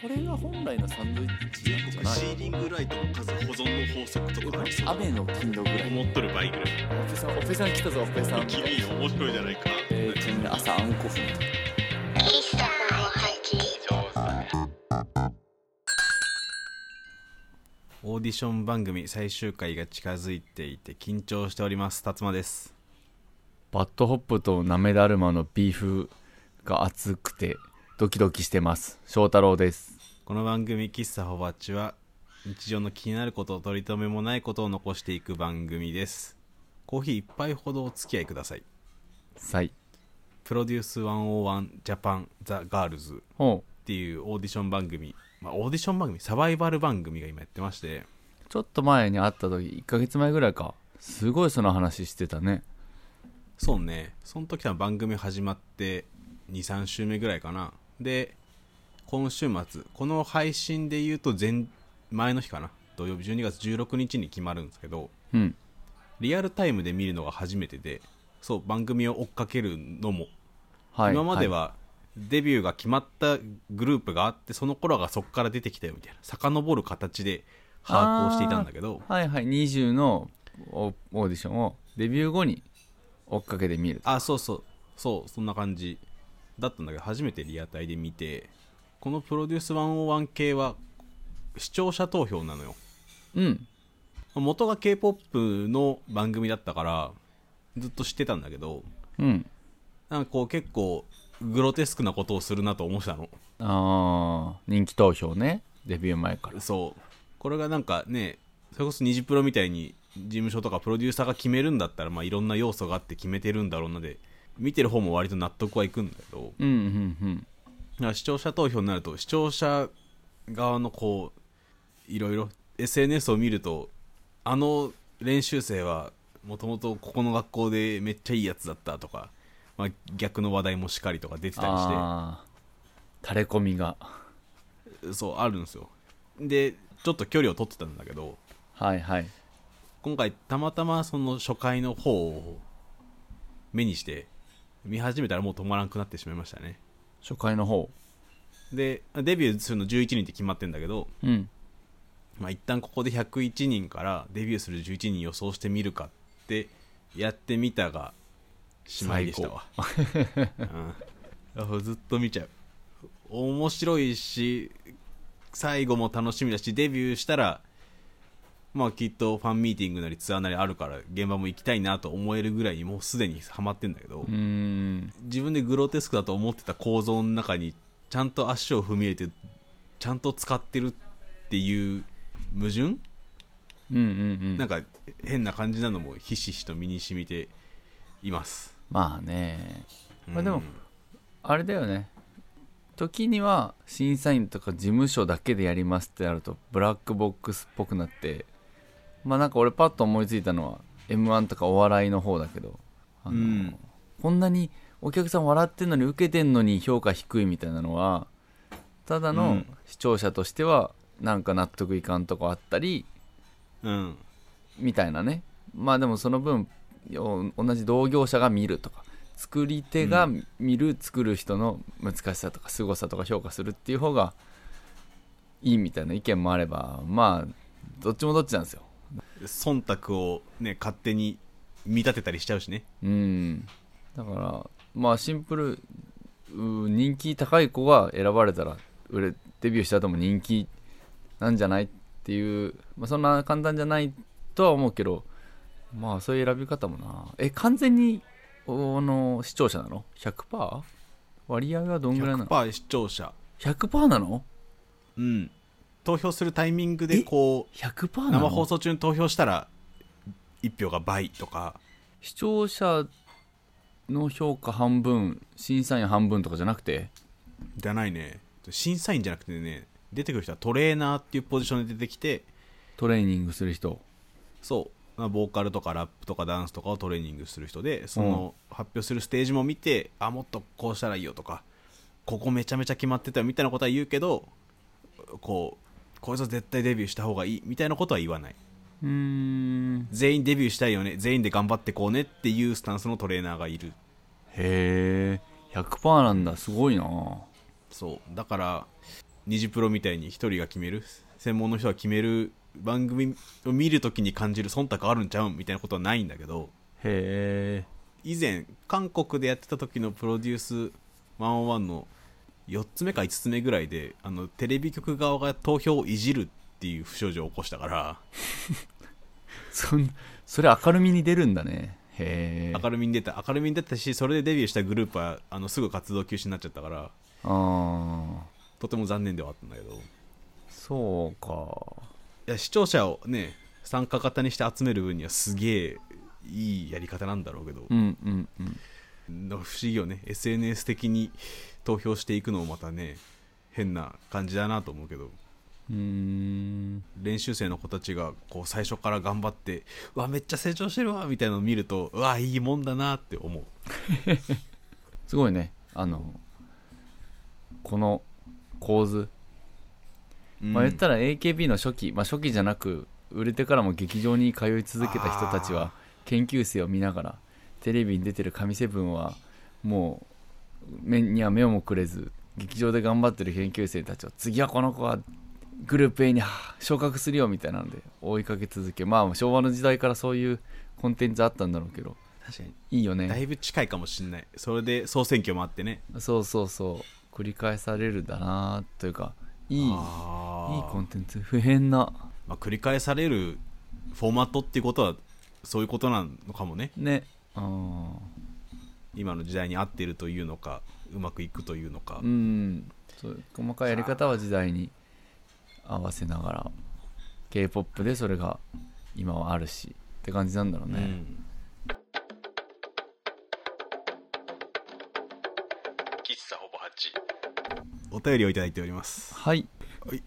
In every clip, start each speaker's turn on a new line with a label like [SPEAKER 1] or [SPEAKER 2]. [SPEAKER 1] これが本来のサンドイッチ
[SPEAKER 2] 全
[SPEAKER 1] なんじゃ
[SPEAKER 2] 国
[SPEAKER 1] な
[SPEAKER 2] シー
[SPEAKER 1] い
[SPEAKER 2] リングライトの数保存の法則とかありそう
[SPEAKER 1] 雨の頻度ぐらい
[SPEAKER 2] 思っとる倍ぐらい
[SPEAKER 1] オペさんオペさん来たぞオペさん
[SPEAKER 2] 君面白いじゃないか
[SPEAKER 1] えー、ちなみに朝あんこ踏む
[SPEAKER 3] 喫茶の配置
[SPEAKER 4] オーディション番組最終回が近づいていて緊張しております辰馬です
[SPEAKER 5] バッドホップとナメダルマのビーフが熱くてドキドキしてます翔太郎です
[SPEAKER 4] この番組「喫茶ホバッチ」は日常の気になること取り留めもないことを残していく番組ですコーヒー一杯ほどお付き合いください
[SPEAKER 5] さい
[SPEAKER 4] プロデュース101ジャパンザガールズ
[SPEAKER 5] ほ
[SPEAKER 4] っていうオーディション番組、まあ、オーディション番組サバイバル番組が今やってまして
[SPEAKER 5] うちょっと前に会った時1ヶ月前ぐらいかすごいその話してたね
[SPEAKER 4] そうねその時は番組始まって23週目ぐらいかなで今週末この配信で言うと前前の日かな土曜日12月16日に決まるんですけど
[SPEAKER 5] うん
[SPEAKER 4] リアルタイムで見るのが初めてでそう番組を追っかけるのも、
[SPEAKER 5] はい
[SPEAKER 4] 今まではデビューが決まったグループがあってその頃がそこから出てきたよみたいな遡る形で把握をしていたんだけど
[SPEAKER 5] はい、はいはい20のオオーディションをデビュー後に追っかけてみる
[SPEAKER 4] あそうそうそうそんな感じだったんだけど初めてリアタイで見てこのプロデュース101系は視聴者投票なのよ
[SPEAKER 5] うん
[SPEAKER 4] 元が k p o p の番組だったからずっと知ってたんだけど
[SPEAKER 5] うん
[SPEAKER 4] なんかこう結構グロテスクなことをするなと思ってたの
[SPEAKER 5] あー人気投票ねデビュー前から
[SPEAKER 4] そうこれがなんかねそれこそニジプロみたいに事務所とかプロデューサーが決めるんだったらまあいろんな要素があって決めてるんだろうなで見てる方も割と納得はいくんだけど、
[SPEAKER 5] うんうんうん
[SPEAKER 4] だから視聴者投票になると視聴者側のこういろいろ SNS を見るとあの練習生はもともとここの学校でめっちゃいいやつだったとか、まあ、逆の話題もしかりとか出てたりし
[SPEAKER 5] あー垂れ込みが
[SPEAKER 4] てそうあるんですよでちょっと距離を取ってたんだけど
[SPEAKER 5] はいはい
[SPEAKER 4] 今回たまたまその初回の方を目にして見始めたらもう止まらなくなってしまいましたね
[SPEAKER 5] 初回の方
[SPEAKER 4] でデビューするの11人って決まってんだけど
[SPEAKER 5] うん
[SPEAKER 4] まあ、一旦ここで101人からデビューする11人予想してみるかってやってみたがしまいでしたわ、うん、ずっと見ちゃう面白いし最後も楽しみだしデビューしたらまあきっとファンミーティングなりツアーなりあるから現場も行きたいなと思えるぐらいにもうすでにハマってんだけど、
[SPEAKER 5] うーん
[SPEAKER 4] 自分でグロテスクだと思ってた構造の中にちゃんと足を踏み入れてちゃんと使ってるっていう矛盾、
[SPEAKER 5] うんうんうん
[SPEAKER 4] なんか変な感じなのもひしひしと身に染みています、
[SPEAKER 5] まあねまあでも
[SPEAKER 4] うん
[SPEAKER 5] あれだよね時には審査員とか事務所だけでやりますってなるとブラックボックスっぽくなってまあなんか俺パッと思いついたのは m 1とかお笑いの方だけどあの、
[SPEAKER 4] うん
[SPEAKER 5] こんなにお客さん笑ってんのに受けてんのに評価低いみたいなのはただ
[SPEAKER 4] う
[SPEAKER 5] の
[SPEAKER 4] ん
[SPEAKER 5] 視聴者としてはなんか納得いかんとこあったり
[SPEAKER 4] うん
[SPEAKER 5] みたいなねまあでもその分よ同じ同業者が見るとか作り手が見る、作る人の難しさとか凄さとか評価するっていう方がいいみたいな意見もあればまあどっちもどっちなんですよ
[SPEAKER 4] 忖度をね勝手に見立てたりしちゃうしね
[SPEAKER 5] うんだからまあシンプルう人気高い子が選ばれたら売れデビューした後も人気なんじゃないっていう、まあ、そんな簡単じゃないとは思うけどまあそういう選び方もなえ完全におの視聴者なの 100%? 割合はどんぐらいなの
[SPEAKER 4] 100%視聴者
[SPEAKER 5] ?100% なの
[SPEAKER 4] うん投票するタイミングでこう
[SPEAKER 5] ?100% なの
[SPEAKER 4] 生放送中に投票したら1票が倍とか
[SPEAKER 5] 視聴者の評価半分審査員半分とかじゃなくて
[SPEAKER 4] じゃないね審査員じゃなくてね出てくる人はトレーナーっていうポジションで出てきて
[SPEAKER 5] トレーニングする人
[SPEAKER 4] そうまあボーカルとかラップとかダンスとかをトレーニングする人でその発表するステージも見て、あもっとこうしたらいいよとかここめちゃめちゃ決まってたよみたいなことは言うけどこうこいつは絶対デビューした方がいいみたいなことは言わないう
[SPEAKER 5] ーん
[SPEAKER 4] 全員デビューしたいよね全員で頑張ってこうねっていうスタンスのトレーナーがいる
[SPEAKER 5] へえ100%なんだすごいな
[SPEAKER 4] そうだからニジプロみたいに一人が決める専門の人が決める番組を見るときに感じる忖度あるんちゃうんみたいなことはないんだけど
[SPEAKER 5] へえ
[SPEAKER 4] 以前韓国でやってた時のプロデュース101の4つ目か5つ目ぐらいであのテレビ局側が投票をいじるっていう不祥事を起こしたから
[SPEAKER 5] そんそれ明るみに出るんだねへえ
[SPEAKER 4] 明るみに出た明るみに出たしそれでデビューしたグループはあのすぐ活動休止になっちゃったから
[SPEAKER 5] ああ
[SPEAKER 4] とても残念ではあったんだけどい
[SPEAKER 5] そうか
[SPEAKER 4] や視聴者をね参加型にして集める分にはすげえいいやり方なんだろうけど、
[SPEAKER 5] うんうんうん
[SPEAKER 4] なんか不思議よね SNS 的に投票していくのもまたね変な感じだなと思うけど
[SPEAKER 5] うーん
[SPEAKER 4] 練習生の子たちがこう最初から頑張ってうわめっちゃ成長してるわみたいなのを見るとうわいいもんだなって思う
[SPEAKER 5] すごいねあのこの構図、
[SPEAKER 4] うん
[SPEAKER 5] まあ言ったら AKB の初期、まあ、初期じゃなく売れてからも劇場に通い続けた人たちは研究生を見ながらテレビに出てる神セブンはもう目には目もくれず劇場で頑張ってる研究生たちは次はこの子はグループ A にはあ昇格するよみたいなので追いかけ続けまあ昭和の時代からそういうコンテンツあったんだろうけど
[SPEAKER 4] 確かに
[SPEAKER 5] いいよね
[SPEAKER 4] だいぶ近いかもしんないそれで総選挙もあってね
[SPEAKER 5] そうそうそう繰り返されるだなというかいいいい
[SPEAKER 4] あー
[SPEAKER 5] コンテンツ不変な
[SPEAKER 4] まあ、繰り返されるフォーマットっていうことはそういうことなのかもね
[SPEAKER 5] ねうん
[SPEAKER 4] 今の時代に合ってるというのかうまくいくというのか、
[SPEAKER 5] うんそう細かいやり方は時代に合わせながら k p o p でそれが今はあるしって感じなんだろう
[SPEAKER 4] う
[SPEAKER 5] ね、
[SPEAKER 4] ん
[SPEAKER 2] 喫茶ほぼ八。
[SPEAKER 4] お便りをいただいております
[SPEAKER 5] はい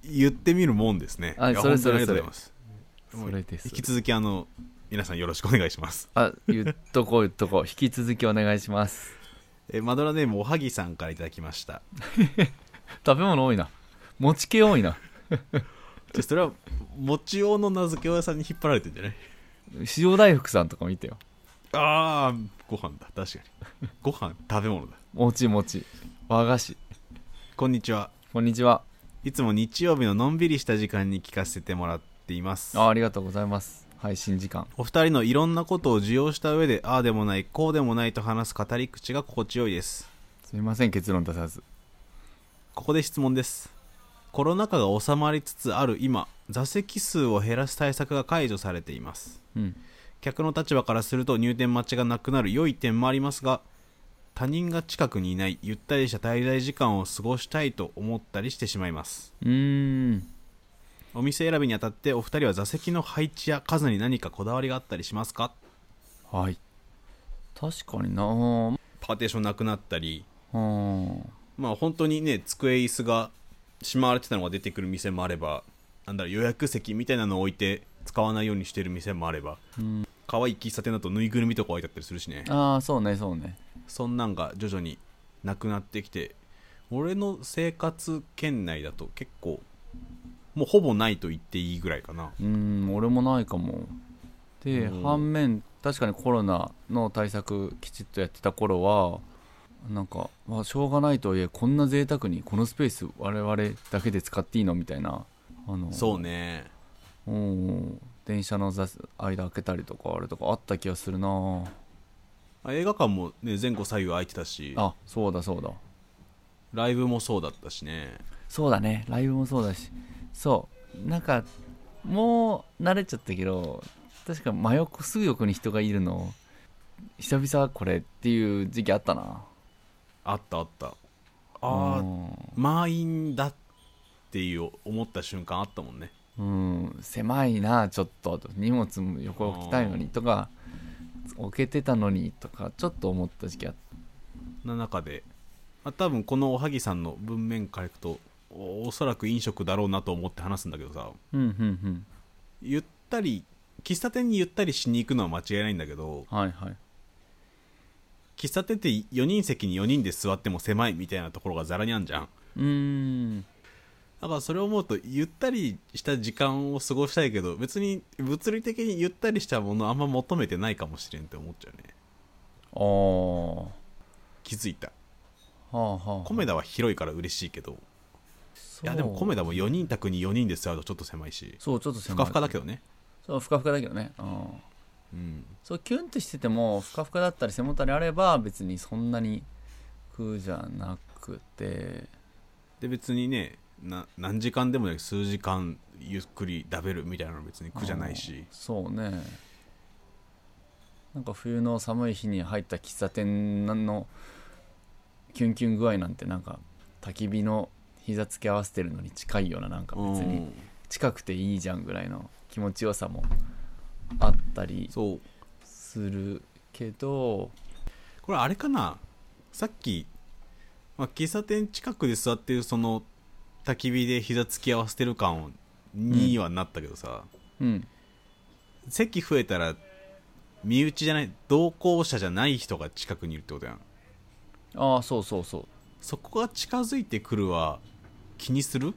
[SPEAKER 4] 言ってみるもんですね
[SPEAKER 5] あ
[SPEAKER 4] いや
[SPEAKER 5] それそれ
[SPEAKER 4] 本当にありがとうございます
[SPEAKER 5] それです
[SPEAKER 4] 引き続きあの皆さんよろしくお願いします
[SPEAKER 5] あ言っとこう言っとこう引き続きお願いします
[SPEAKER 4] えーマドラネームおはぎさんからいただきました
[SPEAKER 5] 食べ物多いな餅系多いな
[SPEAKER 4] でそれは餅用の名付け親さんに引っ張られてんじゃない
[SPEAKER 5] 塩大福さんとか見てよ
[SPEAKER 4] ああご飯だ確かにご飯食べ物だ
[SPEAKER 5] もちもち和菓子
[SPEAKER 4] こんにちは
[SPEAKER 5] こんにちはい
[SPEAKER 4] つも日曜日ののんびりした時間に聞かせてもらっています
[SPEAKER 5] あありがとうございます配信時間
[SPEAKER 4] お二人のいろんなことを受容した上でああでもないこうでもないと話す語り口が心地よいです
[SPEAKER 5] すみません結論出さず
[SPEAKER 4] ここで質問ですコロナ禍が収まりつつある今座席数を減らす対策が解除されています
[SPEAKER 5] うん
[SPEAKER 4] 客の立場からすると入店待ちがなくなる良い点もありますが他人が近くにいないゆったりした滞在時間を過ごしたいと思ったりしてしまいます
[SPEAKER 5] うーん
[SPEAKER 4] お店選びにあたってお二人は座席の配置や数に何かこだわりがあったりしますか
[SPEAKER 5] はい確かになうん
[SPEAKER 4] パーテーションなくなったり
[SPEAKER 5] うん
[SPEAKER 4] まあ本当にね机椅子がしまわれてたのが出てくる店もあればなんだろう予約席みたいなのを置いて使わないようにしてる店もあれば、可愛い喫茶店だとぬいぐるみとか置いてあったりするしね
[SPEAKER 5] ああそうねそうね
[SPEAKER 4] そんなんが徐々になくなってきて俺の生活圏内だと結構もうほぼないと言っていいぐらいかな
[SPEAKER 5] うん俺もないかもで
[SPEAKER 4] うん
[SPEAKER 5] 反面確かにコロナの対策きちっとやってた頃はなんか、まあ、しょうがないとはいえこんな贅沢にこのスペース我々だけで使っていいのみたいなあの
[SPEAKER 4] そうね
[SPEAKER 5] うん電車の座間開けたりとかあれとかあった気がするな
[SPEAKER 4] あ映画館も、ね、前後左右空いてたし
[SPEAKER 5] あそうだそうだ
[SPEAKER 4] ライブもそうだったしね
[SPEAKER 5] そうだねライブもそうだしそうなんかもう慣れちゃったけど確か真横すぐ横に人がいるの久々これっていう時期あったな
[SPEAKER 4] あったあった
[SPEAKER 5] う
[SPEAKER 4] ああ
[SPEAKER 5] ん
[SPEAKER 4] 満員だっていう思った瞬間あったもんね
[SPEAKER 5] うん狭いなちょっとと荷物も横置きたいのにとか置けてたのにとかちょっと思った時期あった
[SPEAKER 4] な中で、まあ、多分このおはぎさんの文面からいくとおおそらく飲食だろうなと思って話すんだけどさ
[SPEAKER 5] うんうん
[SPEAKER 4] ゆったり喫茶店にゆったりしに行くのは間違いないんだけど
[SPEAKER 5] うんはいはい
[SPEAKER 4] 喫茶店って4人席に4人で座っても狭いみたいなところがざらにあんじゃん
[SPEAKER 5] うーん
[SPEAKER 4] だからそれを思うとゆったりした時間を過ごしたいけど別に物理的にゆったりしたものあんま求めてないかもしれんって思っちゃうね
[SPEAKER 5] ああは
[SPEAKER 4] 気づいた
[SPEAKER 5] あはあ
[SPEAKER 4] コメダは広いから嬉しいけど
[SPEAKER 5] そう
[SPEAKER 4] いやでも米田も4人宅に4人で座るとちょっと狭いし
[SPEAKER 5] そうちょっと狭
[SPEAKER 4] ふ
[SPEAKER 5] い
[SPEAKER 4] かふかだけどね
[SPEAKER 5] そうふかふかだけどねうん
[SPEAKER 4] うん
[SPEAKER 5] そうキュンってしててもふかふかだったり背もたれあれば別にそんなに苦じゃなくて
[SPEAKER 4] で別にねな何時間でもなく数時間ゆっくり食べるみたいなの別に苦じゃないし
[SPEAKER 5] そうねなんか冬の寒い日に入った喫茶店のキュンキュン具合なんてなんか焚き火の膝つけ合わせてるのに近いようななんか別
[SPEAKER 4] う
[SPEAKER 5] に
[SPEAKER 4] ん
[SPEAKER 5] 近くていいじゃんぐらいの気持ちよさもあったり
[SPEAKER 4] そう
[SPEAKER 5] するけど
[SPEAKER 4] これあれかなさっき、まあ、喫茶店近くで座ってるその焚き火で膝つき合わせてる感をにはなったけどさ、
[SPEAKER 5] うん
[SPEAKER 4] 席増えたら身内じゃない同行者じゃない人が近くにいるってことやん
[SPEAKER 5] ああそうそうそう
[SPEAKER 4] そこが近づいてくるは気にする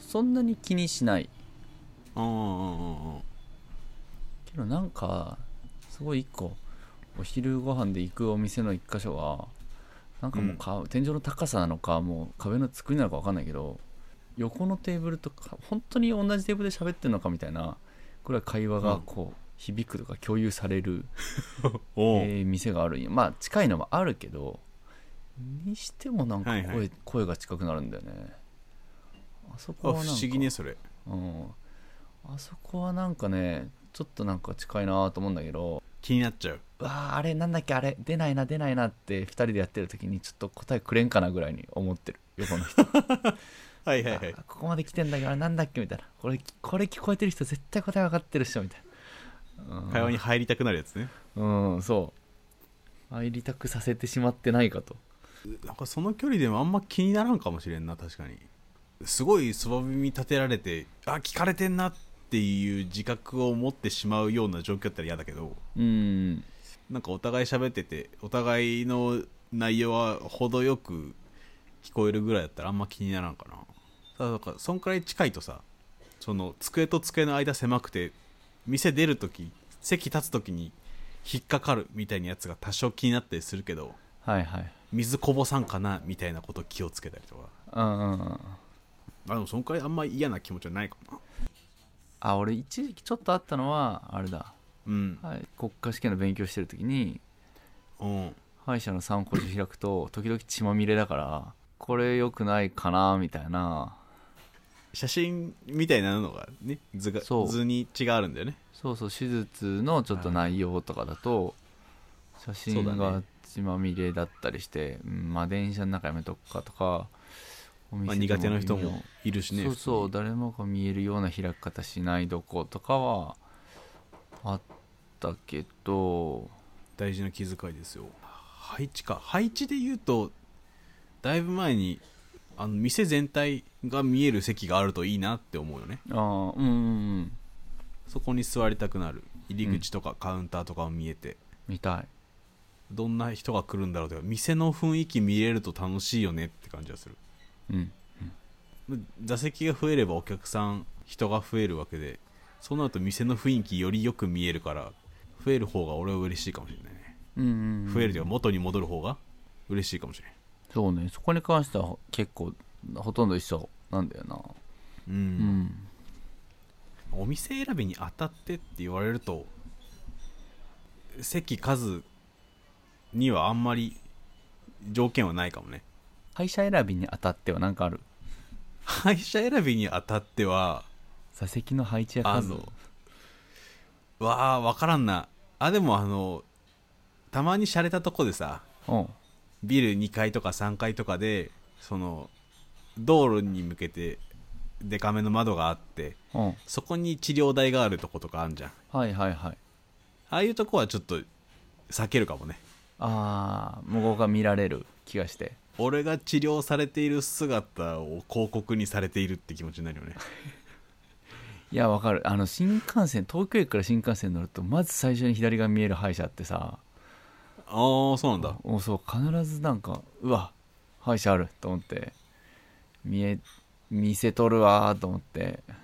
[SPEAKER 5] そんなに気にしない
[SPEAKER 4] うんうんうんうん
[SPEAKER 5] けどなんかすごい一個お昼ご飯で行くお店の一箇所がなんかもうか、天井の高さなのかもう壁の作りなのか分かんないけど横のテーブルとか本当に同じテーブルで喋ってるのかみたいなこれは会話がこう、響くとか共有される、
[SPEAKER 4] おう
[SPEAKER 5] えー店があるんやまあ近いのもあるけどにしてもなんか声,、
[SPEAKER 4] はいはい
[SPEAKER 5] 声が近くなるんだよねあそこ
[SPEAKER 4] あ
[SPEAKER 5] は
[SPEAKER 4] 不
[SPEAKER 5] なんか
[SPEAKER 4] 思議ねそれ
[SPEAKER 5] うん、あそこはなんかねちょっとなんか近いなと思うんだけど
[SPEAKER 4] 気になっちゃう
[SPEAKER 5] うわーあれなんだっけあれ出ないな出ないなって2人でやってる時にちょっと答えくれんかなぐらいに思ってる横の人
[SPEAKER 4] はいはいはい
[SPEAKER 5] あここまで来てんだけどあれなんだっけみたいなこれこれ聞こえてる人絶対答え分かってるっしょみたいなうん
[SPEAKER 4] 会話に入りたくなるやつね
[SPEAKER 5] うんそう入りたくさせてしまってないかと
[SPEAKER 4] なんかその距離でもあんま気にならんかもしれんな確かにすごいそば耳立てられてあ聞かれてんなっていう自覚を持ってしまうような状況だったら嫌だけど
[SPEAKER 5] うん
[SPEAKER 4] なんかお互い喋っててお互いの内容は程よく聞こえるぐらいだったらあんま気にならんかなただなんかそんくらい近いとさその机と机の間狭くて店出るとき席立つときに引っかかるみたいなやつが多少気になったりするけど
[SPEAKER 5] はいはい
[SPEAKER 4] 水こぼさんかなみたいなこと気をつけたりとか
[SPEAKER 5] うんうんうん
[SPEAKER 4] あでもそんくらいあんま嫌な気持ちはないかもな
[SPEAKER 5] あ俺一時期ちょっとあったのはあれだ、
[SPEAKER 4] うん
[SPEAKER 5] はい、国家試験の勉強してる時に
[SPEAKER 4] うん
[SPEAKER 5] 歯医者の参考書開くと時々血まみれだからこれ良くないかなみたいな
[SPEAKER 4] 写真みたいなのがね図が
[SPEAKER 5] そう
[SPEAKER 4] 図に血があるんだよね
[SPEAKER 5] そうそう手術のちょっと内容とかだと写真
[SPEAKER 4] そうだ
[SPEAKER 5] が
[SPEAKER 4] ね
[SPEAKER 5] 血まみれだったりして、うんまあ電車の中やめとくかとかお
[SPEAKER 4] まあ、
[SPEAKER 5] 店で
[SPEAKER 4] 苦手な人
[SPEAKER 5] 微妙
[SPEAKER 4] もいるしね
[SPEAKER 5] そうそう
[SPEAKER 4] 普通
[SPEAKER 5] 誰もが見えるような開き方しないどことかはあったけど
[SPEAKER 4] に大事な気遣いですよ配置か配置で言うとだいぶ前にあの店全体が見える席があるといいなって思うよね
[SPEAKER 5] ああうんうんうん
[SPEAKER 4] そこに座りたくなる入り口とかカウンターとかも見えて、
[SPEAKER 5] 見たい
[SPEAKER 4] どんな人が来るんだろうとか店の雰囲気見れると楽しいよねって感じがする
[SPEAKER 5] うん
[SPEAKER 4] 座席が増えればお客さん人が増えるわけでそうなると店の雰囲気よりよく見えるから増える方が俺は嬉しいかもしれないね
[SPEAKER 5] うんうんうん
[SPEAKER 4] 増えるというか元に戻る方が嬉しいかもしれない
[SPEAKER 5] そうねそこに関しては結構ほとんど一緒なんだよな
[SPEAKER 4] うん、
[SPEAKER 5] うん
[SPEAKER 4] お店選びに当たってって言われると席数にはあんまり条件はないかもね
[SPEAKER 5] 会社選びにあたっては何かある
[SPEAKER 4] 配車選びに当たっては
[SPEAKER 5] 座席の配置や
[SPEAKER 4] あ
[SPEAKER 5] 数
[SPEAKER 4] のわあ分からんなあでもあのたまに洒落たとこでさ
[SPEAKER 5] うん
[SPEAKER 4] ビル2階とか3階とかでその道路に向けてデカめの窓があって
[SPEAKER 5] うん
[SPEAKER 4] そこに治療台があるとことかあるじゃんあ
[SPEAKER 5] はいはいはい
[SPEAKER 4] あいうとこはちょっと避けるかもね
[SPEAKER 5] ああ向こうが見られる気がして
[SPEAKER 4] 俺が治療されている姿を広告にされているって気持ちになる よね
[SPEAKER 5] いやわかるあの新幹線東京駅から新幹線乗るとまず最初に左が見える歯医者ってさ
[SPEAKER 4] ああそうなんだ
[SPEAKER 5] おそう必ずなんかうわ歯医者あると思って見え見せとるわーと思って
[SPEAKER 4] あ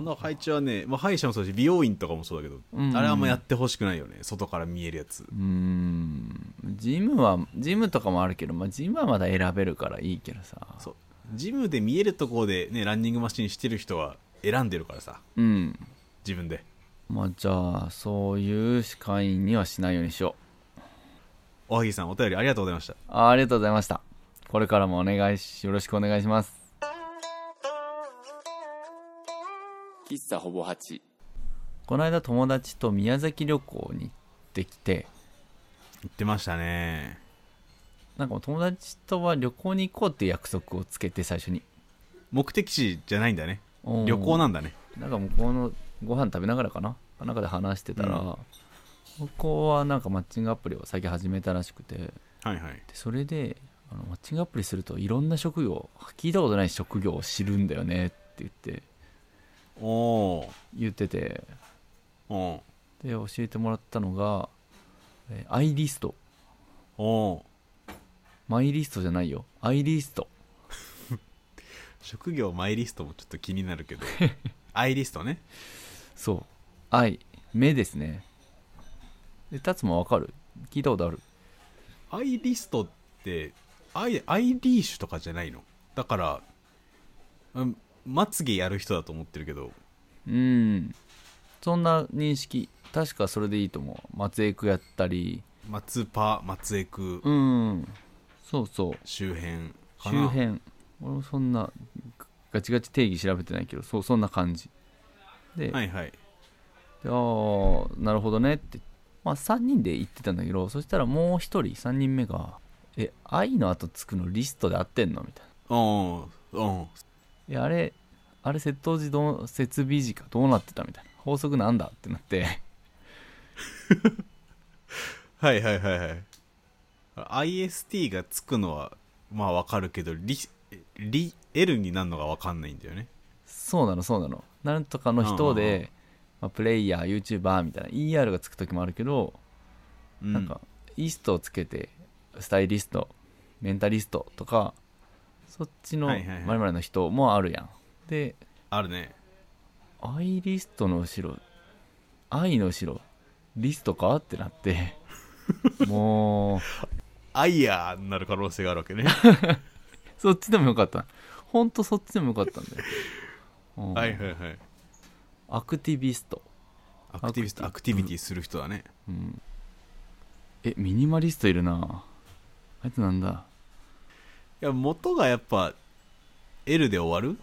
[SPEAKER 4] の配置はね、まあ、歯医者もそうだし美容院とかもそうだけど、
[SPEAKER 5] うんうん
[SPEAKER 4] あれはあんまやってほしくないよね外から見えるやつ
[SPEAKER 5] うーんジムはジムとかもあるけど、まあ、ジムはまだ選べるからいいけどさ
[SPEAKER 4] そうジムで見えるところで、ね、ランニングマシンしてる人は選んでるからさ
[SPEAKER 5] うん
[SPEAKER 4] 自分で
[SPEAKER 5] まあじゃあそういう会員にはしないようにしよ
[SPEAKER 4] おはぎさんお便りありがとうございました
[SPEAKER 5] うあありがとうございましたこれからもお願いしよろしくお願いします
[SPEAKER 1] 喫茶ほぼ8
[SPEAKER 5] この間友達と宮崎旅行に行ってきて
[SPEAKER 4] 言ってましたね
[SPEAKER 5] なんかもう友達とは旅行に行こうっていう約束をつけて最初に
[SPEAKER 4] 目的地じゃないんだね旅行
[SPEAKER 5] な
[SPEAKER 4] なんだね
[SPEAKER 5] なんか向こうのご飯食べながらかなかなんかで話してたら、向こうはなんかマッチングアプリを最近始めたらしくてで
[SPEAKER 4] はいはい
[SPEAKER 5] それであのマッチングアプリするといろんな職業聞いたことない職業を知るんだよねって言って
[SPEAKER 4] おお
[SPEAKER 5] 言ってて
[SPEAKER 4] ーお
[SPEAKER 5] で教えてもらったのが、えーアイリスト
[SPEAKER 4] ーおー
[SPEAKER 5] マイリストじゃないよアイリスト
[SPEAKER 4] 職業マイリストもちょっと気になる けどアイリストね
[SPEAKER 5] そうアイ目ですねで立つもわかる聞いたことある
[SPEAKER 4] アイリストってアイアイリーシュとかじゃないのだから、うん、まつげやる人だと思ってるけど
[SPEAKER 5] うんそんな認識確かそれでいいと思う松江区やったり
[SPEAKER 4] 松パ松江区
[SPEAKER 5] うんそうそう
[SPEAKER 4] 周辺かな
[SPEAKER 5] 周辺俺もそんなガチガチ定義調べてないけどそうそんな感じで,、
[SPEAKER 4] はいはい
[SPEAKER 5] でああなるほどねってまあ3人で行ってたんだけどそしたらもう1人3人目が「え愛の後つくのリストで合ってんの?」みたいな
[SPEAKER 4] うんうん
[SPEAKER 5] 「いやあれあれ窃盗時どう設備時かどうなってた?」みたいな法則なんだってなって
[SPEAKER 4] はいはいはいはい IST がつくのはまあわかるけどリリ L になるのがわかんないんだよね
[SPEAKER 5] そうなのそうなのなんとかの人
[SPEAKER 4] うんうんうん
[SPEAKER 5] で、まあ、プレイヤー YouTuber みたいな ER がつく時もあるけど、
[SPEAKER 4] うん
[SPEAKER 5] なんかイーストをつけてスタイリストメンタリストとかそっちの
[SPEAKER 4] はいはいはい
[SPEAKER 5] 我々の人もあるやん、で
[SPEAKER 4] あるね
[SPEAKER 5] アイリストの後ろ愛の後ろリストかってなって もう
[SPEAKER 4] アイヤーになる可能性があるわけね
[SPEAKER 5] そっちでもよかったほんとそっちでもよかったんだよ、うん
[SPEAKER 4] はいはいはい
[SPEAKER 5] アクティビスト
[SPEAKER 4] アクティビストアクティビティする人だね
[SPEAKER 5] うん、えミニマリストいるなあいつなんだ
[SPEAKER 4] いや元がやっぱ L で終わる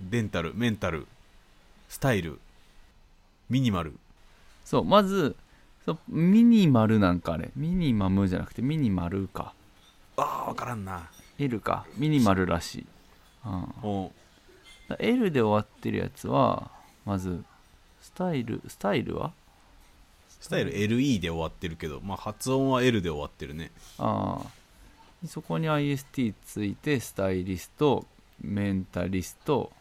[SPEAKER 4] デンタルメンタルスタイルミニマル
[SPEAKER 5] そうまずそうミニマルなんかあれミニマムじゃなくてミニマルか
[SPEAKER 4] ああ分からんな
[SPEAKER 5] L かミニマルらしい、うん、
[SPEAKER 4] おう
[SPEAKER 5] だ L で終わってるやつはまずスタイルスタイルは
[SPEAKER 4] スタイル LE で終わってるけど、まあ、発音は L で終わってるね
[SPEAKER 5] ああそこに IST ついてスタイリストメンタリスト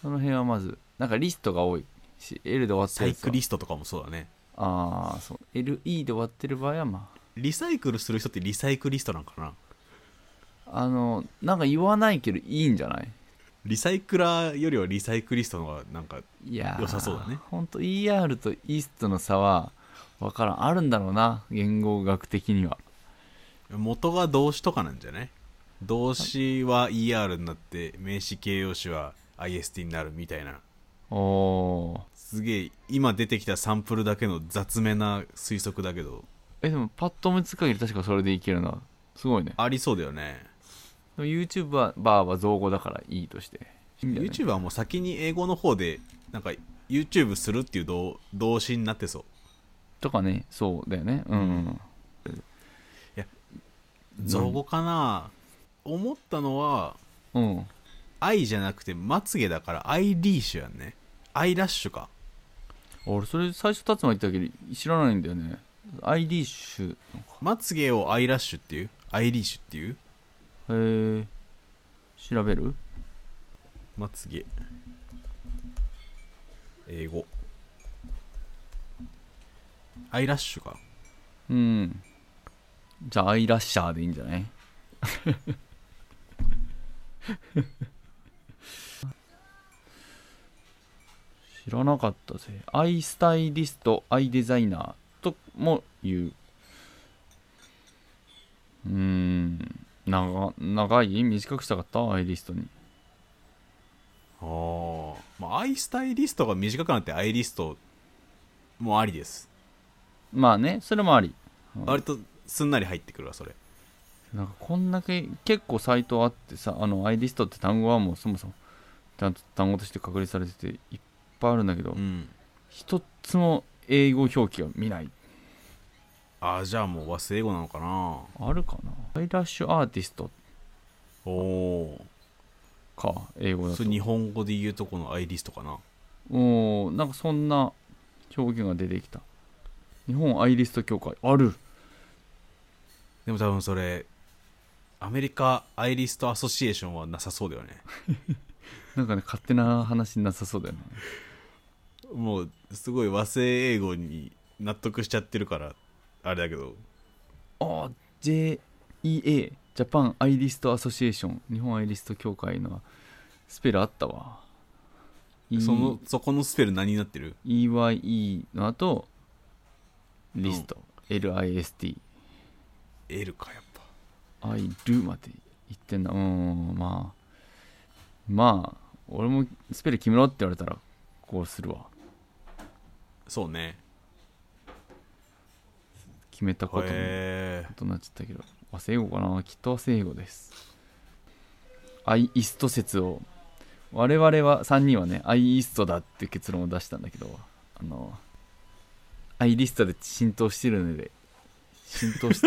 [SPEAKER 5] その辺はまずなんかリストが多いし L で終わって
[SPEAKER 4] サ
[SPEAKER 5] るや
[SPEAKER 4] イ
[SPEAKER 5] つは
[SPEAKER 4] クリストとかもそうだね
[SPEAKER 5] ああそう LE で終わってる場合はまあ
[SPEAKER 4] リサイクルする人ってリサイクリストなんかな
[SPEAKER 5] あのなんか言わないけどいいんじゃない
[SPEAKER 4] リサイクラーよりはリサイクリストの方がなんか
[SPEAKER 5] いやー
[SPEAKER 4] 良さそうだね
[SPEAKER 5] ほんと ER とイーストの差は分からんあるんだろうな言語学的には
[SPEAKER 4] 元が動詞とかなんじゃない動詞は ER になって名詞形容詞は IST になるみたいな
[SPEAKER 5] おおー
[SPEAKER 4] すげえ今出てきたサンプルだけの雑めな推測だけど
[SPEAKER 5] えでもパッと思いつく限り確かそれでいけるなすごいね
[SPEAKER 4] ありそうだよね
[SPEAKER 5] でも YouTuber バーは造語だからいいとしていいんじゃない
[SPEAKER 4] YouTube はもう先に英語の方でなんか YouTube するっていう動動詞になってそう
[SPEAKER 5] とかねそうだよねうん、うん、
[SPEAKER 4] 造語かな、思ったのは
[SPEAKER 5] うん。
[SPEAKER 4] 愛じゃなくてまつげだからアイリーシュやんねアイラッシュか
[SPEAKER 5] 俺それ最初達馬言ったけど知らないんだよね ID 種へ
[SPEAKER 4] まつげをアイラッシュっていうアイリーシュっていう
[SPEAKER 5] え調べる
[SPEAKER 4] まつげ英語アイラッシュか
[SPEAKER 5] うん。じゃあ、アイラッシャーでいいんじゃない 知らなかったぜ。アイスタイリスト、アイデザイナーとも言う。うーん。長長い短くしたかったアイリストに。
[SPEAKER 4] ああまあアイスタイリストが短くなってアイリストもありです
[SPEAKER 5] まあねそれもあり
[SPEAKER 4] 割とすんなり入ってくるわそれ
[SPEAKER 5] なんかこんだけ結構サイトあってさあのアイリストって単語はもうそもそもちゃんと単語として確立されてていっぱいあるんだけど、
[SPEAKER 4] うん
[SPEAKER 5] 一つも英語表記が見ない
[SPEAKER 4] ああじゃあもう和製英語なのかな
[SPEAKER 5] あるかなアイラッシュアーティスト
[SPEAKER 4] おお
[SPEAKER 5] か英語だ
[SPEAKER 4] そ
[SPEAKER 5] と
[SPEAKER 4] れ日本語で言うとこのアイリストかな
[SPEAKER 5] おーなんかそんな表現が出てきた日本アイリスト協会ある
[SPEAKER 4] でも多分それアメリカアイリストアソシエーションはなさそうだよね
[SPEAKER 5] なんかね勝手な話になさそうだよね
[SPEAKER 4] もうすごい和製英語に納得しちゃってるからあれだけど
[SPEAKER 5] あ JEA ジャパンアイリストアソシエーション日本アイリスト協会のスペルあったわ
[SPEAKER 4] そのそこのスペル何になってる
[SPEAKER 5] EYE の後リスト、LIST
[SPEAKER 4] L かやっぱ
[SPEAKER 5] アイルまで言ってんだうーんまあまあ俺もスペル決めろって言われたらこうするわ
[SPEAKER 4] そうね
[SPEAKER 5] 決めたことに
[SPEAKER 4] へえ
[SPEAKER 5] となっちゃったけど和製英語かなきっと和製英語ですアイイスト説を我々は3人はねアイイストだって結論を出したんだけどあのアイリストで浸透してるので浸透 し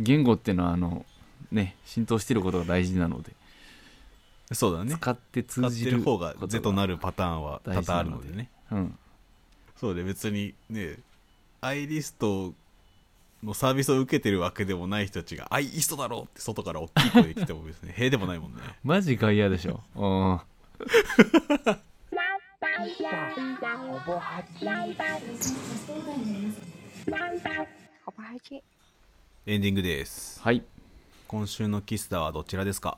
[SPEAKER 5] 言語っていうのはあのね浸透してることが大事なので
[SPEAKER 4] そうだね
[SPEAKER 5] 使って通
[SPEAKER 4] 使っ
[SPEAKER 5] じ
[SPEAKER 4] て
[SPEAKER 5] る
[SPEAKER 4] る方が
[SPEAKER 5] こと
[SPEAKER 4] 是となるパターンは多々あるのでね
[SPEAKER 5] うん
[SPEAKER 4] そうで別にねアイリストのサービスを受けてるわけでもない人たちが「アイリストだろ!」って外から大きい声で来ても別に 塀でもないもんね
[SPEAKER 5] マジ外野でしょうん
[SPEAKER 3] ほぼはじ。
[SPEAKER 4] エンディングです
[SPEAKER 5] はい
[SPEAKER 4] 今週のキスダはどちらですか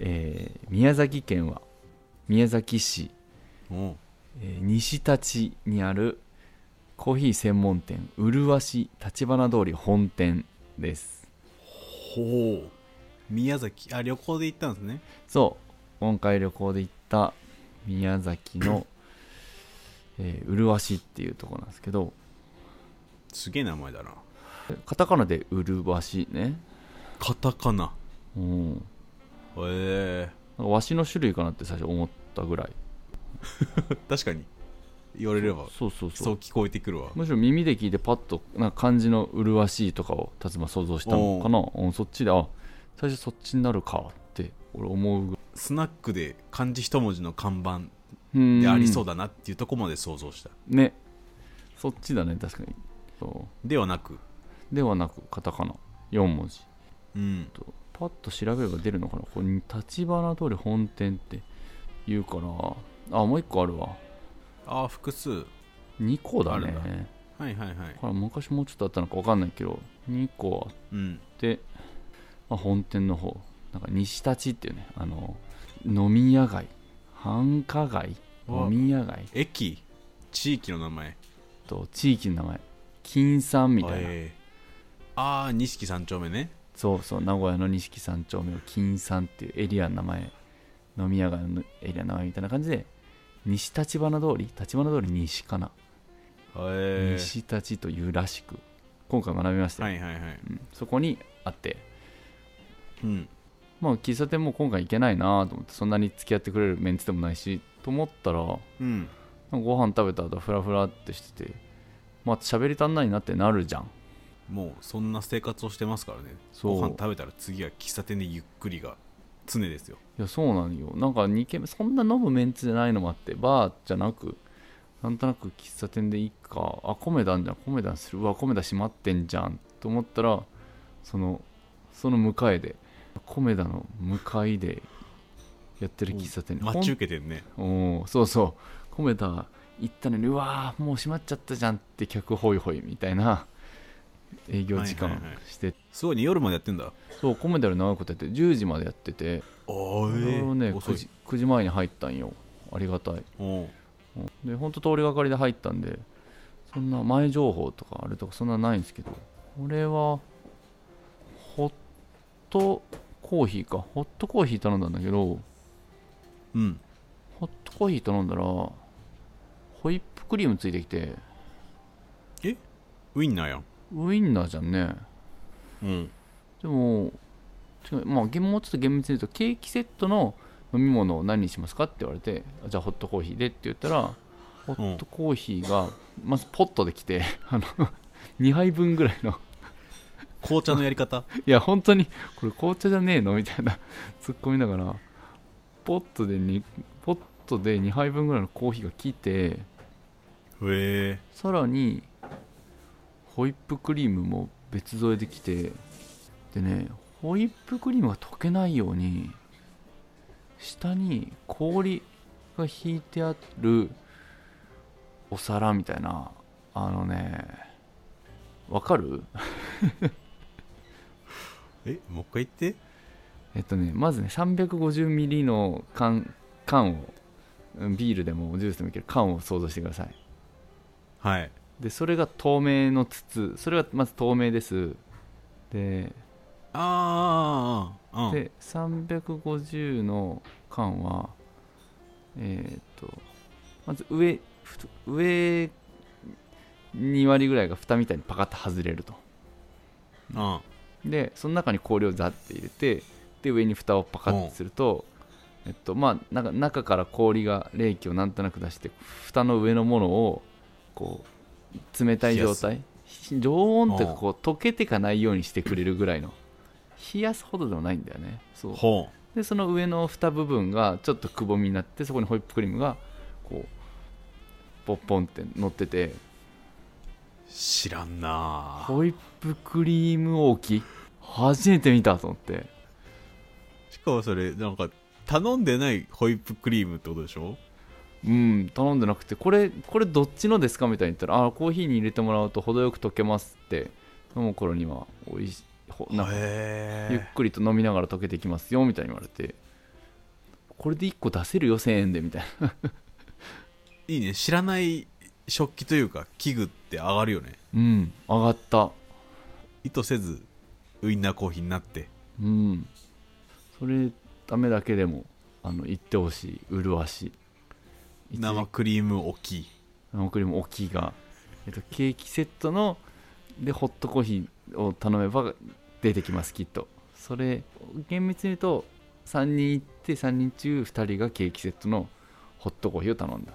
[SPEAKER 5] えー宮崎県は宮崎市
[SPEAKER 4] おう
[SPEAKER 5] えー西立にあるコーヒー専門店うるわし立花通り本店です
[SPEAKER 4] ほう宮崎あ旅行で行ったんですね
[SPEAKER 5] そう今回旅行で行った宮崎の、えー、うるわしっていうところなんですけど
[SPEAKER 4] すげえ名前だな
[SPEAKER 5] カタカナでうるわしね
[SPEAKER 4] カタカナ
[SPEAKER 5] うんなん
[SPEAKER 4] へえ
[SPEAKER 5] かわしの種類かなって最初思ったぐらい
[SPEAKER 4] 確かに言われれば
[SPEAKER 5] そうそうそう
[SPEAKER 4] そう聞こえてくるわ
[SPEAKER 5] むしろ耳で聞いてパッとなんか漢字の「麗しい」とかを辰馬想像したのかな、うん、そっちであ最初そっちになるかって俺思うぐらい
[SPEAKER 4] スナックで漢字一文字の看板
[SPEAKER 5] うん
[SPEAKER 4] でありそうだなっていうとこまで想像した、
[SPEAKER 5] ねそっちだね確かにそ
[SPEAKER 4] ではなく
[SPEAKER 5] うではなくカタカナ4文字
[SPEAKER 4] うん
[SPEAKER 5] とパッと調べれば出るのかなここに立花通り本店って言うからあもう1個あるわ
[SPEAKER 4] ああ複数
[SPEAKER 5] 2個だ
[SPEAKER 4] ある
[SPEAKER 5] ね
[SPEAKER 4] んだはいはいはい
[SPEAKER 5] これ昔もうちょっとあったのか分かんないけど2個あ
[SPEAKER 4] うん
[SPEAKER 5] って、まあ、本店の方なんか西立っていうねあの飲み屋街繁華街
[SPEAKER 4] わ
[SPEAKER 5] 飲み屋街
[SPEAKER 4] 駅地域の名前
[SPEAKER 5] と地域の名前金山みたいな
[SPEAKER 4] えーああ錦三丁目ね
[SPEAKER 5] そうそう名古屋の錦三丁目を金山っていうエリアの名前飲み屋街のエリアの名前みたいな感じで西立花通り立花通り西かな、
[SPEAKER 4] へえ
[SPEAKER 5] 西立というらしく今回学びましたよ、
[SPEAKER 4] はいはいはい
[SPEAKER 5] うんそこにあって
[SPEAKER 4] うん
[SPEAKER 5] まあ喫茶店も今回行けないなと思ってそんなに付き合ってくれるメンツでもないしと思ったらご
[SPEAKER 4] うん
[SPEAKER 5] 飯食べた後フラフラってしててまあ喋り足んないなってなるじゃん
[SPEAKER 4] もうそんな生活をしてますからね
[SPEAKER 5] そう
[SPEAKER 4] ご飯食べたら次は喫茶店でゆっくりが常ですよ
[SPEAKER 5] いやそうなんよなんか2軒目そんな飲むメンツじゃないのもあってバーじゃなくなんとなく喫茶店でいいかあ米だんじゃん米だんするうわ米だ閉まってんじゃんと思ったらそのその向かいで米だの向かいでやってる喫茶店
[SPEAKER 4] 待ち受けてるね
[SPEAKER 5] おーそうそう米田行ったのにうわーもう閉まっちゃったじゃんって客ホイホイみたいな営業時間
[SPEAKER 4] はいはいはい
[SPEAKER 5] して、
[SPEAKER 4] すごいね夜までやってんだ
[SPEAKER 5] そう米田より長いことやって10時までやってて
[SPEAKER 4] お
[SPEAKER 5] それをね
[SPEAKER 4] 遅
[SPEAKER 5] 9,
[SPEAKER 4] い
[SPEAKER 5] 時9時前に入ったんよありがたい
[SPEAKER 4] おう
[SPEAKER 5] でほんと通りがかりで入ったんでそんな前情報とかあれとかそんなないんですけどこれはホットコーヒーかホットコーヒー頼んだんだけど
[SPEAKER 4] うん
[SPEAKER 5] ホホットコーヒー頼んだらホイップクリームついてきて
[SPEAKER 4] ウインナーやん
[SPEAKER 5] ウインナーじゃんね
[SPEAKER 4] うん
[SPEAKER 5] でも違うまあげんもうちょっと厳密に言うとケーキセットの飲み物を何にしますかって言われてあじゃあホットコーヒーでって言ったらホットコーヒーがまずポットで来て あの2杯分ぐらいの
[SPEAKER 4] 紅茶のや り方
[SPEAKER 5] いや本当にこれ紅茶じゃねえのみたいなツッコミながらポットでにポットで2杯分ぐらいのコーヒーが来て
[SPEAKER 4] へえ
[SPEAKER 5] さらにホイップクリームも別添えできてでねホイップクリームが溶けないように下に氷が引いてあるお皿みたいなあのねわかる
[SPEAKER 4] えもう一回言って
[SPEAKER 5] えっとねまずね 350ml の缶缶をうんビールでもジュースでもいける缶を想像してください
[SPEAKER 4] はい
[SPEAKER 5] でそれが透明の筒それはまず透明ですで,、
[SPEAKER 4] あーあーあーあーうん
[SPEAKER 5] で350の缶はえーっとまず上ふと上2割ぐらいが蓋みたいにパカッと外れると
[SPEAKER 4] うん
[SPEAKER 5] でその中に氷をザッて入れてで上に蓋をパカッてすると、えっとまあなんか中から氷が冷気をなんとなく出して蓋の上のものをこう冷たい状態常温っていうか
[SPEAKER 4] うん
[SPEAKER 5] こう溶けてかないようにしてくれるぐらいの冷やすほどでもないんだよねそう
[SPEAKER 4] ほ
[SPEAKER 5] でその上の蓋部分がちょっとくぼみになってそこにホイップクリームがこうポッポンって乗ってて
[SPEAKER 4] う知らんなあ
[SPEAKER 5] ホイップクリーム置き初めて見たと思って
[SPEAKER 4] しかもそれなんか頼んでないホイップクリームってことでしょ
[SPEAKER 5] うん頼んでなくてこれこれどっちのですかみたいに言ったらあーコーヒーに入れてもらうと程よく溶けますって飲む頃にはおいしほなんか
[SPEAKER 4] へ
[SPEAKER 5] ゆっくりと飲みながら溶けてきますよみたいに言われてこれで1個出せるよ1000円でみたいな
[SPEAKER 4] いいね知らない食器というか器具って上がるよね
[SPEAKER 5] うん上がった
[SPEAKER 4] 意図せずウインナーコーヒーになって
[SPEAKER 5] うんそれダメだけでもあの言ってほしい麗しい
[SPEAKER 4] 生クリーム置き
[SPEAKER 5] 生クリーム大きいが、えっと、ケーキセットのでホットコーヒーを頼めば出てきますきっとそれ厳密に言うと3人行って3人中2人がケーキセットのホットコーヒーを頼んだ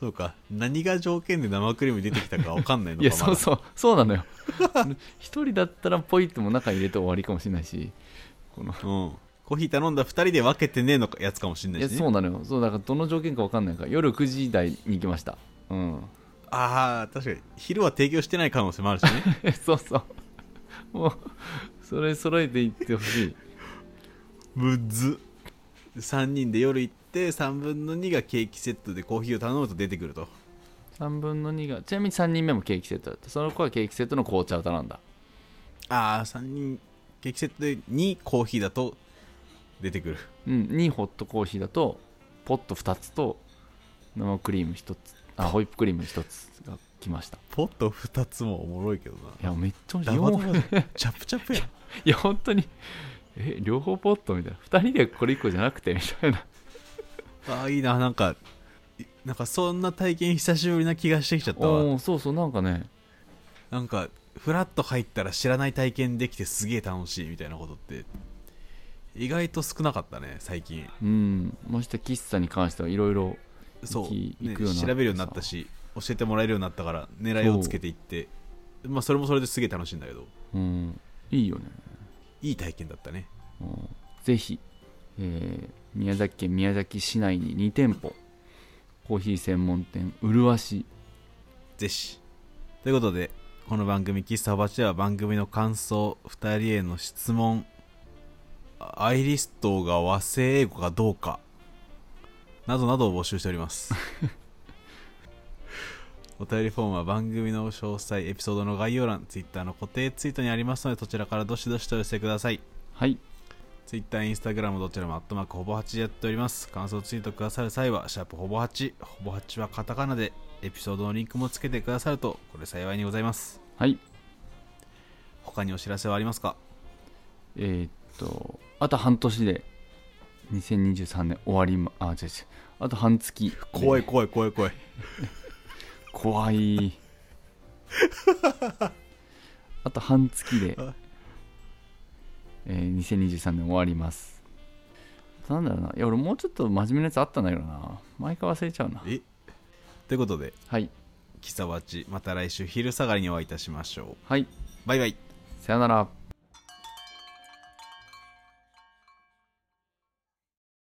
[SPEAKER 4] そうか何が条件で生クリーム出てきたか分かんないの
[SPEAKER 5] いや
[SPEAKER 4] か
[SPEAKER 5] そう
[SPEAKER 4] う
[SPEAKER 5] そうそうなの よ1人だったらポイっても中入れて終わりかもしれないしこの
[SPEAKER 4] うんコーヒー頼んだ2人で分けてねえのかやつかもしんないい
[SPEAKER 5] や
[SPEAKER 4] し、ね、
[SPEAKER 5] そうなのよそうだからどの条件か分かんないから夜9時台に行きましたうん
[SPEAKER 4] ああ確かに昼は提供してない可能性もあるし ね
[SPEAKER 5] そうそうもうそれ揃えていってほしい
[SPEAKER 4] むず3人で夜行って3分の2がケーキセットでコーヒーを頼むと出てくると
[SPEAKER 5] 3分の2がちなみに3人目もケーキセットだったその子はケーキセットの紅茶を頼んだ
[SPEAKER 4] ああ3人ケーキセットで2コーヒーだと出てくる
[SPEAKER 5] うん2ホットコーヒーだとポット2つと生クリーム1つあホイップクリーム1つが来ました
[SPEAKER 4] ポット2つもおもろいけどない
[SPEAKER 5] やめっちゃ美味
[SPEAKER 4] ダ
[SPEAKER 5] しい
[SPEAKER 4] バダ
[SPEAKER 5] よ
[SPEAKER 4] バじゃんチャプチャプや ん
[SPEAKER 5] いや本当にえ両方ポットみたいな2人でこれ1個じゃなくてみたいな
[SPEAKER 4] ああいいななんかいなんかそんな体験久しぶりな気がしてきちゃったわ
[SPEAKER 5] おおそうそうなんかね
[SPEAKER 4] なんかフラッと入ったら知らない体験できてすげえ楽しいみたいなことって意外と少なかったね最近
[SPEAKER 5] うんまして喫茶に関してはいろいろ
[SPEAKER 4] そう、
[SPEAKER 5] 行き
[SPEAKER 4] ね、
[SPEAKER 5] 行くようになって
[SPEAKER 4] 調
[SPEAKER 5] さ
[SPEAKER 4] べるようになったし教えてもらえるようになったから狙いをつけていってまあそれもそれですげえ楽しいんだけど
[SPEAKER 5] うんいいよね
[SPEAKER 4] いい体験だったね
[SPEAKER 5] うんぜひ、えー宮崎県宮崎市内に2店舗コーヒー専門店うるわし
[SPEAKER 4] ぜひということでこの番組「喫茶おばち」は番組の感想2人への質問あアイリストが和製英語かどうかなどなどを募集しております お便りフォームは番組の詳細エピソードの概要欄 Twitter の固定ツイートにありますのでそちらからどしどしとお寄せください
[SPEAKER 5] はい
[SPEAKER 4] ツイッター、インスタグラムどちらもアットマークほぼ8でやっております。感想ツイートくださる際は、シャープほぼ8、ほぼ8はカタカナで、エピソードのリンクもつけてくださると、これ幸いにございます。
[SPEAKER 5] はい
[SPEAKER 4] 他にお知らせはありますか
[SPEAKER 5] えーっとあと半年で2023年終わりまあ違う違うあと半月
[SPEAKER 4] 怖い
[SPEAKER 5] ね
[SPEAKER 4] 怖い怖い怖い
[SPEAKER 5] 怖 いあと半月で
[SPEAKER 4] はい、
[SPEAKER 5] えー、2023年終わりますなんだろうないや俺もうちょっと真面目なやつあったんだけどな毎回忘れちゃうな
[SPEAKER 4] えということで
[SPEAKER 5] はい
[SPEAKER 4] キサバチまた来週昼下がりにお会いいたしましょう
[SPEAKER 5] はい
[SPEAKER 4] バイバイ
[SPEAKER 5] さよなら